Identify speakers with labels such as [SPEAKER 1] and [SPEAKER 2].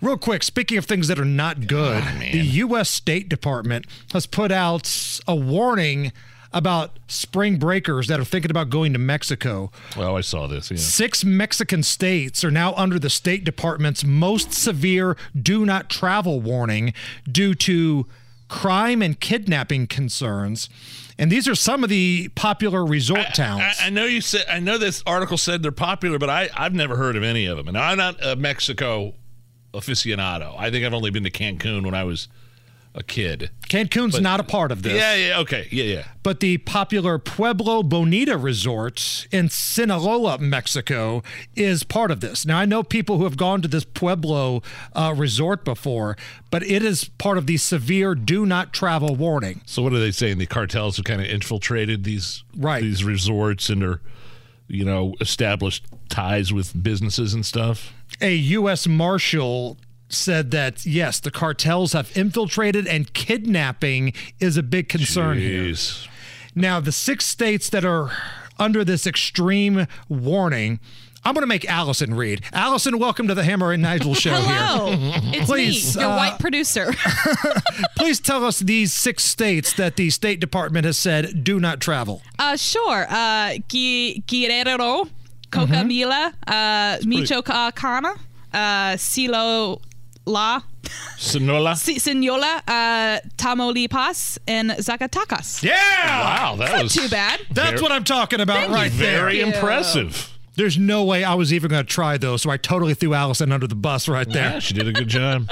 [SPEAKER 1] Real quick, speaking of things that are not good,
[SPEAKER 2] Oh,
[SPEAKER 1] the U.S. State Department has put out a warning about spring breakers that are thinking about going to Mexico.
[SPEAKER 2] Oh, I saw this. Yeah.
[SPEAKER 1] Six Mexican states are now under the State Department's most severe do not travel warning due to crime and kidnapping concerns. And these are some of the popular resort towns.
[SPEAKER 2] I, I know you said. I know this article said they're popular, but I I've never heard of any of them, and I'm not a Mexico aficionado. I think I've only been to Cancun when I was a kid.
[SPEAKER 1] Cancun's not a part of this.
[SPEAKER 2] Yeah, yeah, okay, yeah, yeah.
[SPEAKER 1] but the popular Pueblo Bonita Resort in Sinaloa, Mexico, is part of this. Now, I know people who have gone to this Pueblo uh, resort before, but it is part of the severe do not travel warning.
[SPEAKER 2] So what are they saying? The cartels have kind of infiltrated these
[SPEAKER 1] Right.
[SPEAKER 2] these resorts and are, you know, established ties with businesses and stuff.
[SPEAKER 1] A U.S. Marshal said that, yes, the cartels have infiltrated and kidnapping is a big concern here.
[SPEAKER 2] Jeez.
[SPEAKER 1] Now, the six states that are under this extreme warning, I'm going to make Allison read. Allison, welcome to the Hammer and Nigel show here.
[SPEAKER 3] Hello, it's
[SPEAKER 1] Please,
[SPEAKER 3] me, your
[SPEAKER 1] uh,
[SPEAKER 3] white producer.
[SPEAKER 1] Please tell us these six states that the State Department has said do not travel.
[SPEAKER 3] uh, sure, uh, Gui- Guerrero,
[SPEAKER 1] Mm-hmm.
[SPEAKER 3] Cocamila, uh, Michoacana, uh, Silo La,
[SPEAKER 2] Sonola.
[SPEAKER 3] Si- Sinola, uh, Tamaulipas, and Zacatecas.
[SPEAKER 1] Yeah!
[SPEAKER 2] Wow, that was
[SPEAKER 3] Too bad.
[SPEAKER 1] That's
[SPEAKER 2] Very-
[SPEAKER 1] what I'm talking about
[SPEAKER 3] Thank you.
[SPEAKER 1] right there.
[SPEAKER 2] Very
[SPEAKER 3] Yeah.
[SPEAKER 2] impressive.
[SPEAKER 1] There's no way I was even going to try those, so I totally threw Allison under the bus right there.
[SPEAKER 2] Yeah, she did a good job.